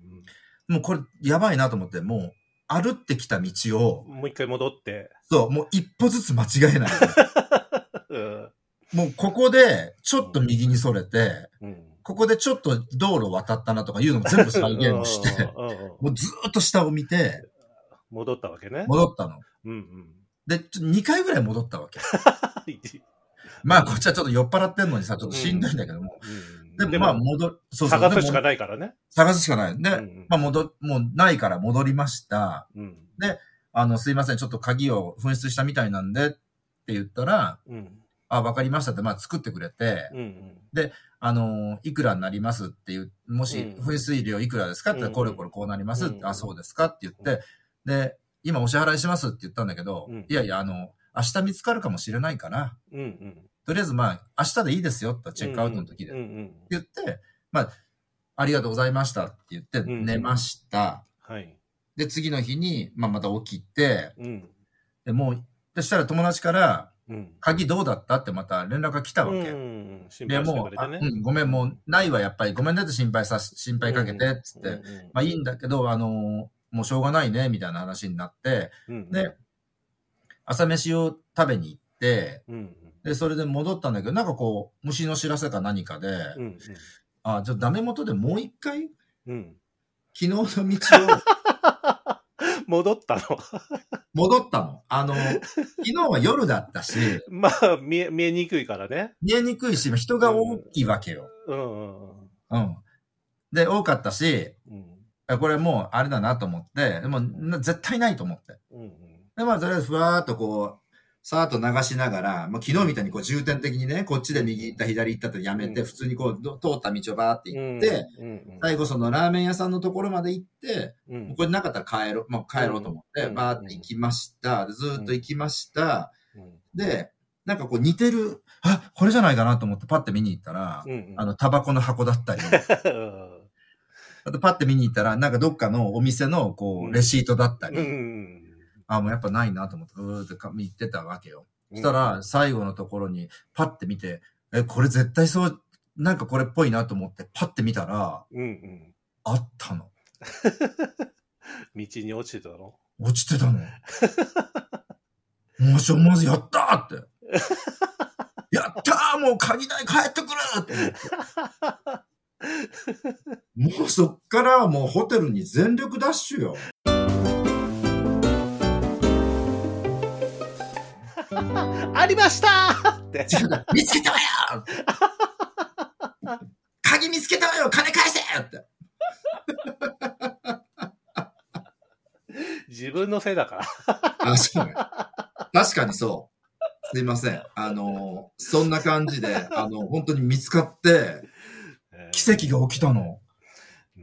Speaker 2: もうこれ、やばいなと思って、もう、歩ってきた道を
Speaker 1: う、ん。もう一回戻って。 [LAUGHS]
Speaker 2: そう、もう一歩ずつ間違えない。
Speaker 1: うん
Speaker 2: もうここで、ちょっと右にそれて、
Speaker 1: うん。
Speaker 2: ここでちょっと道路渡ったなとかいうのも全部再現して、
Speaker 1: うんうんうん
Speaker 2: もうずーっと下を見て、
Speaker 1: 戻ったわけね。
Speaker 2: 戻ったの。
Speaker 1: うん
Speaker 2: [LAUGHS]
Speaker 1: うん。
Speaker 2: で、ちょ2回ぐらい戻っ
Speaker 1: [LAUGHS]
Speaker 2: たわけ。
Speaker 1: はい
Speaker 2: まあ、こっちはちょっと酔っ払ってんのにさ、ちょっとしんどいんだけども。
Speaker 1: うん
Speaker 2: でもまあ、戻る。そうそう。
Speaker 1: 探すし
Speaker 2: で
Speaker 1: か
Speaker 2: も
Speaker 1: ないからね。
Speaker 2: 探すしかない。で、
Speaker 1: うんうん
Speaker 2: まあ、戻、もうないから戻りました。
Speaker 1: うん。
Speaker 2: あの、すいません、ちょっと鍵を紛失したみたいなんで、って言ったら、
Speaker 1: うん。
Speaker 2: あ、わかりましたって、まあ、作ってくれて、
Speaker 1: うんうん。
Speaker 2: あのー、いくらになりますっていう、もし、
Speaker 1: うん
Speaker 2: 紛失料いくらですかって言ったら、
Speaker 1: うん
Speaker 2: これこれこうなりますって、
Speaker 1: うん
Speaker 2: あ、そうですかって言って、で、今お支払いしますって言ったんだけど、
Speaker 1: うん
Speaker 2: いやいや、あの、明日見つかるかもしれないから、
Speaker 1: うんうん。
Speaker 2: とりあえずまあ、明日でいいですよって、チェックアウトの時で。
Speaker 1: うん
Speaker 2: って
Speaker 1: うん。
Speaker 2: 言って、まあ、ありがとうございましたって言って、
Speaker 1: ん
Speaker 2: 寝ました。
Speaker 1: はい。
Speaker 2: で、次の日に、まあ、また起きて、
Speaker 1: うん。
Speaker 2: でもう、そしたら友達から、
Speaker 1: うん。
Speaker 2: 鍵どうだったってまた連絡が来たわけ。
Speaker 1: うん。心
Speaker 2: で、
Speaker 1: 配して
Speaker 2: も
Speaker 1: く
Speaker 2: う、
Speaker 1: れ
Speaker 2: あ
Speaker 1: て
Speaker 2: う
Speaker 1: ね。
Speaker 2: ん、ごめん、もうないわ、やっぱり。ごめんねって心配さ、心配かけて、つって。まあいいんだけど、あのーもうしょうがないね、みたいな話になって、
Speaker 1: うん。
Speaker 2: で、朝飯を食べに行って、
Speaker 1: うん。
Speaker 2: で、それで戻ったんだけど、なんかこう、虫の知らせか何かで、
Speaker 1: うん。
Speaker 2: あ、じゃあダメ元でもう一回、
Speaker 1: うん。
Speaker 2: 昨日の道を
Speaker 1: 戻ったの。
Speaker 2: 戻っ
Speaker 1: [LAUGHS]
Speaker 2: たの。あのー、昨日は夜だったし、
Speaker 1: まあ、見え、見えにくいからね。
Speaker 2: 見えにくいし、人が多いわけよ。
Speaker 1: うん。
Speaker 2: うん。で、多かったし、
Speaker 1: うん。
Speaker 2: あこれもうあれだなと思って、でもな絶対ないと思って。
Speaker 1: うん。
Speaker 2: で、まあとりあえずふわーっとこう、さーっと流しながら、まあ、昨日みたいにこう重点的にね、こっちで右行った左行ったってやめて、
Speaker 1: うん
Speaker 2: 普通にこうど通った道をバーって
Speaker 1: う
Speaker 2: 行
Speaker 1: ん。
Speaker 2: って、
Speaker 1: うん。
Speaker 2: 最後そのラーメン屋さんのところまで行って、
Speaker 1: うん
Speaker 2: もうこれなかったら帰ろう、まあ、帰ろうと思って、
Speaker 1: うん
Speaker 2: バーって行きました。でずーっと行きました。
Speaker 1: うん。
Speaker 2: で、なんかこう似てる、あ、これじゃないかなと思ってパッて見に行ったら、
Speaker 1: うん。
Speaker 2: あの、タバコの箱だっ
Speaker 1: [LAUGHS]
Speaker 2: たり、あとパッて見に行ったら、なんかどっかのお店の、こ
Speaker 1: うん
Speaker 2: う、レシートだったり、
Speaker 1: うん。
Speaker 2: あ、もうやっぱないなと思って、うーってか見てたわけよ。そしたら、、最後のところに、パッて見て、え、これ絶対そう、なんかこれっぽいなと思って、パッて見たら、
Speaker 1: うんうん。
Speaker 2: あった
Speaker 1: 道
Speaker 2: の。
Speaker 1: に落ちてたの
Speaker 2: 落ちてたの。もうしょ、まずやったーって。やったーもう鍵代帰ってくるって思って。もうそっからはもうホテルに全力ダッシュよ。
Speaker 1: ありましたって。
Speaker 2: 見つけたわよ鍵見つけたわよ金返せって。
Speaker 1: 自分のせいだから。
Speaker 2: あ、そうね。確かにそう。すいません。あの、そんな感じで、あの、本当に見つかって、奇跡が起きたの。
Speaker 1: ね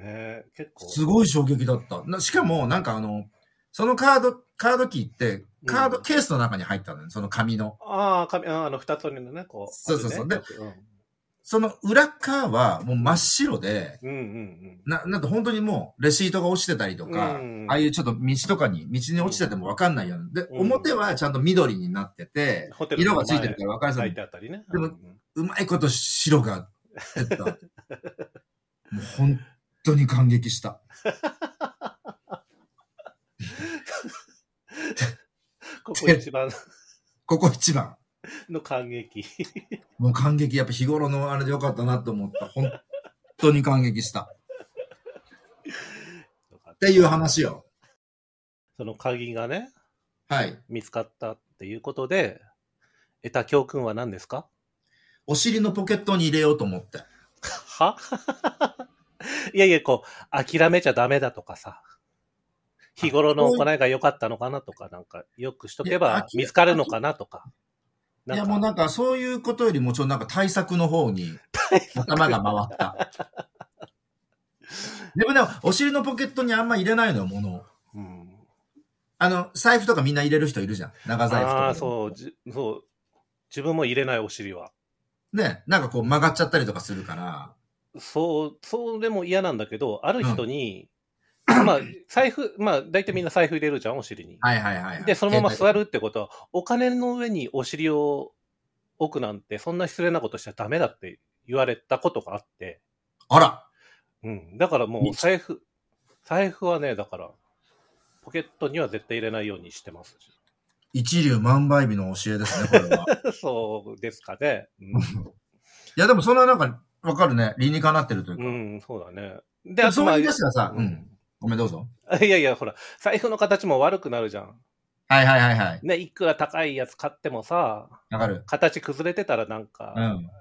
Speaker 1: え、結構。
Speaker 2: すごい衝撃だった。なしかも、なんかあの、そのカード、カードキーって、カード、
Speaker 1: うん
Speaker 2: ケースの中に入ったのよ、その紙の。
Speaker 1: ああ、紙、ああの、二つ折りのね、こう。
Speaker 2: そうそうそう
Speaker 1: ある
Speaker 2: その裏側はもう真っ白
Speaker 1: ね
Speaker 2: で、
Speaker 1: うんうん
Speaker 2: な、なんと本当にもうレシートが落ちてたりとか、
Speaker 1: うん
Speaker 2: ああいうちょっと道とかに、道に落ちててもわかんないような。で、
Speaker 1: うん
Speaker 2: 表はちゃんと緑になってて
Speaker 1: ホテ、ルの
Speaker 2: 色
Speaker 1: 前
Speaker 2: がついてるからわかり
Speaker 1: うん。
Speaker 2: そ
Speaker 1: 書
Speaker 2: うに
Speaker 1: いてあったりね。
Speaker 2: でも
Speaker 1: うん
Speaker 2: うまいこと白が出た。もう本当に感激した。
Speaker 1: ここ一番
Speaker 2: ここ一番。
Speaker 1: の感激。
Speaker 2: もう感激。やっぱ日頃のあれでよかったなと思った。本当に感激した。っていう話よ。
Speaker 1: その鍵がね、
Speaker 2: はい。
Speaker 1: 見つかったっていうことで、得た教訓は何ですか [LAUGHS]
Speaker 2: お尻のポケットに入れようと思って。
Speaker 1: は [LAUGHS] いやいや、こう、諦めちゃダメだとかさ、日頃の行いが良かったのかなとか、なんか、よくしとけ
Speaker 2: いや
Speaker 1: ば
Speaker 2: あき
Speaker 1: 見つかるのかなとか。
Speaker 2: いや、
Speaker 1: か
Speaker 2: もうなんかそういうことよりも、ちょっとなんか対策の方に頭が回った。でもね、お尻のポケットにあんま入れないのよ、物を。
Speaker 1: うん、
Speaker 2: あの、財布とかみんな入れる人いるじゃん。長財布とか。
Speaker 1: ああ、そう、じそう。自分も入れないお尻は。
Speaker 2: ね、なんかこう曲がっちゃったりとかするから。
Speaker 1: そう、それも嫌なんだけど、ある人に、まあ、財布、まあ、大体みんな財布入れるじゃん、お尻に。
Speaker 2: はいはいはい、はい。
Speaker 1: で、そのまま座
Speaker 2: る。
Speaker 1: るってことは、お金の上にお尻を置くなんて、そんな失礼なことしちゃダメだって言われたことがあって、
Speaker 2: あら
Speaker 1: うん。だからもう財布、財布はね、だから、ポケットには絶対入れないようにしてます。
Speaker 2: 一流万倍日の教えですね、これ
Speaker 1: [LAUGHS]
Speaker 2: は。
Speaker 1: そうですかね。
Speaker 2: [LAUGHS] いや、でもそれはなんか、わかるね。理にかなってるとい
Speaker 1: う
Speaker 2: うか。
Speaker 1: ん、うん、そうだね。
Speaker 2: で
Speaker 1: で
Speaker 2: もそう
Speaker 1: まあ
Speaker 2: いうんですがさ、うん。ごめん、どうぞ。
Speaker 1: [LAUGHS] いやいや、ほら、財布の形も悪くなるじゃん。
Speaker 2: はいはいはいはい。
Speaker 1: ね、いくら高いやつ買ってもさ、
Speaker 2: わかる。
Speaker 1: 形崩れてたらなん
Speaker 2: う
Speaker 1: か、
Speaker 2: ん。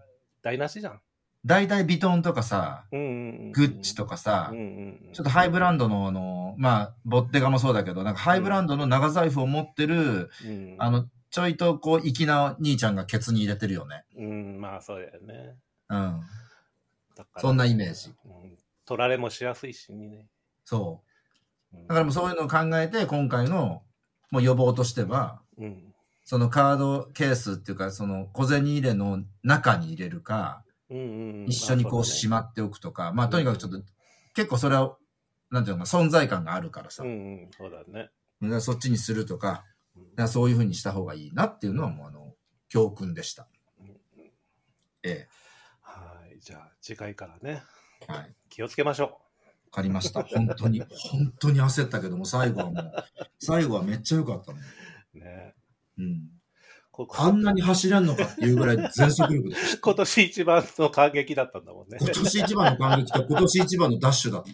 Speaker 1: 台無しじゃん。
Speaker 2: 大体ビトンとかさ、
Speaker 1: うんうんうん。
Speaker 2: グッチとかさ、
Speaker 1: うんうんうん、
Speaker 2: ちょっとハイブラ
Speaker 1: ン
Speaker 2: ンドの、あの、まあ、ボッテガもそうだけど、なんかハイブランドの長財布を持ってる、
Speaker 1: ド、うん、
Speaker 2: あの、ちょいとこう、粋な兄ちゃんがケツに入れてるよね。
Speaker 1: うん、まあそうだよね。
Speaker 2: うん。
Speaker 1: だから
Speaker 2: そんなイメージ。
Speaker 1: うん、取られもしやすいしね。
Speaker 2: そうう。
Speaker 1: ん
Speaker 2: だからもうそういうのを考えて、今回の、もう予防としては、
Speaker 1: うん。
Speaker 2: そのカードケースっていうか、その小銭入れの中に入れるか、
Speaker 1: うんうんうん、
Speaker 2: 一緒にこうしまっておくとか、まあ、とにかくちょっと、結構それは、なんていうのかな、存在感があるからさ
Speaker 1: う、んうん、そうだね。
Speaker 2: だからそっちにするとか、
Speaker 1: うん
Speaker 2: だからそういうふうにした方がいいなっていうのはもうあの教訓でした
Speaker 1: うん。
Speaker 2: え
Speaker 1: はい。じゃあ次回からね、
Speaker 2: え、はい。わ
Speaker 1: 気をつけましょ
Speaker 2: かりました。本当に、本当に焦ったけども、最後はもう、最後はめっちゃ良かったもん。
Speaker 1: う。ね。
Speaker 2: うん。
Speaker 1: こ
Speaker 2: あんなに走れんのかっていうぐらい全速力でした。
Speaker 1: [LAUGHS] 今年一番の感激だったんだ
Speaker 2: [LAUGHS]
Speaker 1: もんね。
Speaker 2: 今年一番の感激と今年一番のダッシュだっ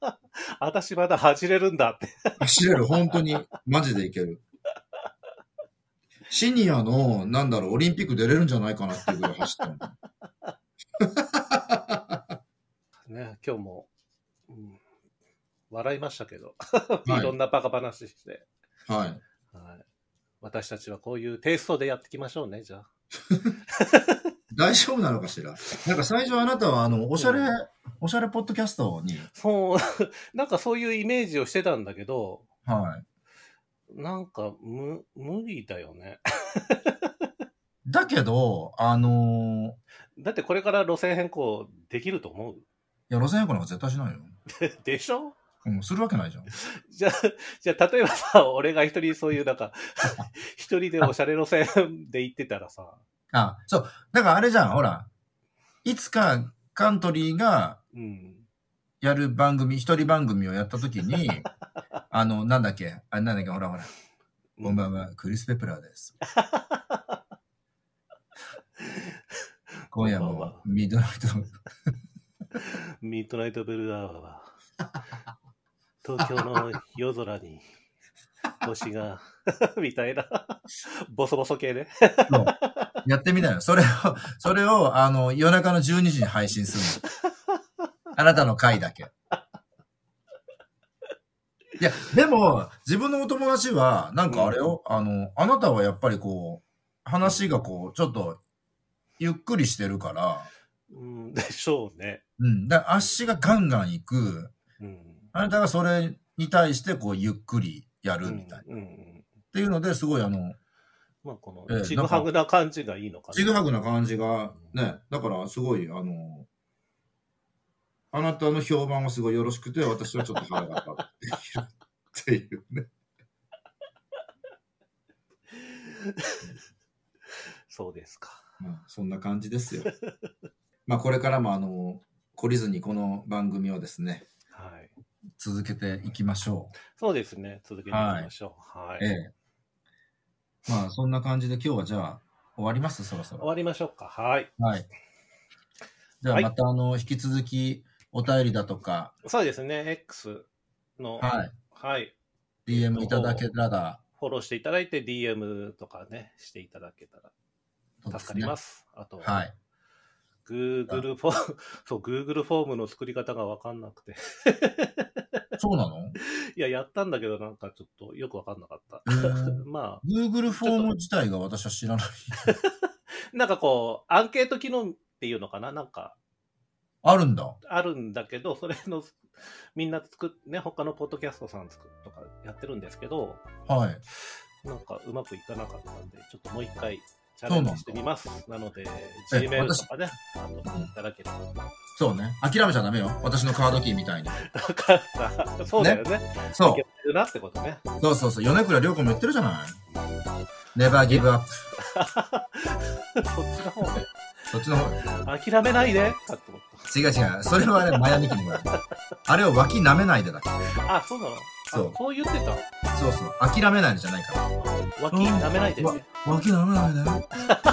Speaker 2: た。
Speaker 1: 私まだ走れるんだって。
Speaker 2: 走れる、本当に。マジでいける。シニアの、なんだろう、オリンピック出れるんじゃないかなっていうぐらい走ったもん。
Speaker 1: ね、今日も、うん、笑いましたけど、
Speaker 2: は
Speaker 1: [LAUGHS]
Speaker 2: い
Speaker 1: いろんなバカ話して、
Speaker 2: はい。
Speaker 1: はい。私たちはこういうテイストでやっていきましょうね、じゃあ。
Speaker 2: 大丈夫なのかしらなんか最初あなたは、あの、おしゃれ、おしゃれポッドキャストに、
Speaker 1: そう、 [LAUGHS] なんかそういうイメージをしてたんだけど、
Speaker 2: はい。
Speaker 1: なんか無無理だよね。 [LAUGHS]
Speaker 2: だけど、あの
Speaker 1: だってこれから路線変更できると思う
Speaker 2: ーいや、路線変更なんか絶対しないよ。
Speaker 1: でしょ [LAUGHS]
Speaker 2: うん、するわけないじゃん。
Speaker 1: じゃあ、じゃあ例えばさ、俺が一人そういう、なんか、 [LAUGHS] 一人でおしゃれ路線で行ってたらさ、
Speaker 2: あ、そう。だからあれじゃん、ほら。いつかカントリーが
Speaker 1: うん。
Speaker 2: やる番組、一人番組をやったときに、あの、なんだっけ、あれなんだっけ、ほらほら。こんばんは、クリス・ペプラー
Speaker 1: [LAUGHS]
Speaker 2: です。今夜
Speaker 1: こんばん
Speaker 2: も
Speaker 1: は
Speaker 2: ミッドナイト、
Speaker 1: ミッドナイトブルーアワー
Speaker 2: [LAUGHS]
Speaker 1: は、東京の夜空に星が、 [LAUGHS] みたいな、ボソボソ系ね。
Speaker 2: そうやってみなよ。それを、それを、あの、夜中の12時に配信するの。あなたの回だけ。いや、でも、自分のお友達は、なんかあれよ、あの、あなたはやっぱりこう、話がこう、ちょっと、ゆっくりしてるから、
Speaker 1: うん、でしょうね。
Speaker 2: うん、だから足がガンガン行く、
Speaker 1: うん。
Speaker 2: あなたがそれに対してこうゆっくりや
Speaker 1: う
Speaker 2: るみ
Speaker 1: ん
Speaker 2: たいな。
Speaker 1: うん
Speaker 2: っ
Speaker 1: うん。
Speaker 2: ていうのですごいあの、
Speaker 1: まあ、こ
Speaker 2: ええ
Speaker 1: の、ちぐはぐな感じがいいのかな。
Speaker 2: ちぐはぐな感じがね、だからすごいあの、あなたの評判はすごいよろしくて、私はちょっと腹が立っているっていうね。 [LAUGHS]
Speaker 1: そうですか。
Speaker 2: まあ、そんな感
Speaker 1: [LAUGHS]
Speaker 2: じですよ。まあこれからもあの、懲りずにこの番組をですね、
Speaker 1: はい。
Speaker 2: 続けていきましょ
Speaker 1: そうですね。続けていきましょう。は
Speaker 2: う。
Speaker 1: い。
Speaker 2: ええ。まあそんな感じで今日はじゃあ終わりますそろそろ
Speaker 1: 終。わりましょうか。はい。
Speaker 2: はい。では
Speaker 1: はい
Speaker 2: また、あの、引き続き、お便りだとか、
Speaker 1: そうですね。X の、
Speaker 2: は
Speaker 1: はい。
Speaker 2: い、DM いただけたら、。
Speaker 1: フフォローしていただいて、DM とかね、していただけたら助かりますす。あと、
Speaker 2: はい。
Speaker 1: Google フォーム、 [LAUGHS] そう、Google フォームの作り方がわかんなくて。 [LAUGHS]
Speaker 2: そうなの
Speaker 1: いや、やったんだけど、なんかちょっとよくわかんなかった。
Speaker 2: えー
Speaker 1: ま
Speaker 2: ?Google フォーム自体が私は知らない。
Speaker 1: あ、なんかこう、アンケート機能っていうのかななんか、
Speaker 2: あるんだ。
Speaker 1: あるんだけど、 [LAUGHS] それの、みんな作っ、ね、他のポッドキャストさん作っとかやってるんですけど、
Speaker 2: はい。
Speaker 1: なんかうまくいかなかったんで、ちょっともう一回チャレンジしてみます。なので、
Speaker 2: え
Speaker 1: Gmail
Speaker 2: 私
Speaker 1: とかね、あの、いただけれ [LAUGHS] ば。
Speaker 2: そうね。諦めちゃダメよ。私のカードキーみたいに。
Speaker 1: だから、そうだよね。
Speaker 2: そ
Speaker 1: いけてるなってことね。 [LAUGHS]
Speaker 2: う。そうそうそう。米倉涼子も言ってるじゃない。Never give up。
Speaker 1: そっちの方ね。
Speaker 2: そっちの方。
Speaker 1: 諦めないでかって思っ
Speaker 2: 違う違う。それはね、マヤミキの方あれを脇舐めないでだけ。
Speaker 1: た。あ、そうなの
Speaker 2: そう
Speaker 1: あそう言ってた。
Speaker 2: そうそう。諦めないでじゃないから。
Speaker 1: 脇舐めないでね。
Speaker 2: 脇舐めないで。 [LAUGHS]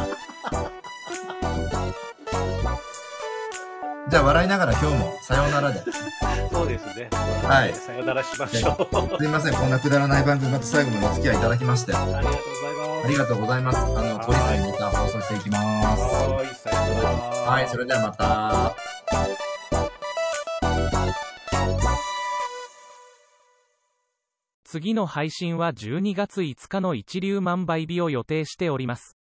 Speaker 2: じゃあ笑いながら今日もさようならで。す
Speaker 1: そうですね。
Speaker 2: い
Speaker 1: さよならしましょう。
Speaker 2: いません、こんなくだらない番組また最後までお付き合いいただきまして。あ
Speaker 1: [LAUGHS] ありがとうございます。
Speaker 2: りがとうございます。あの、鳥さんにまた放送していきます。
Speaker 1: はーい、さよなら。
Speaker 2: はい、それではまた。
Speaker 4: 次の配信は12月5日の一粒万倍日を予定しております。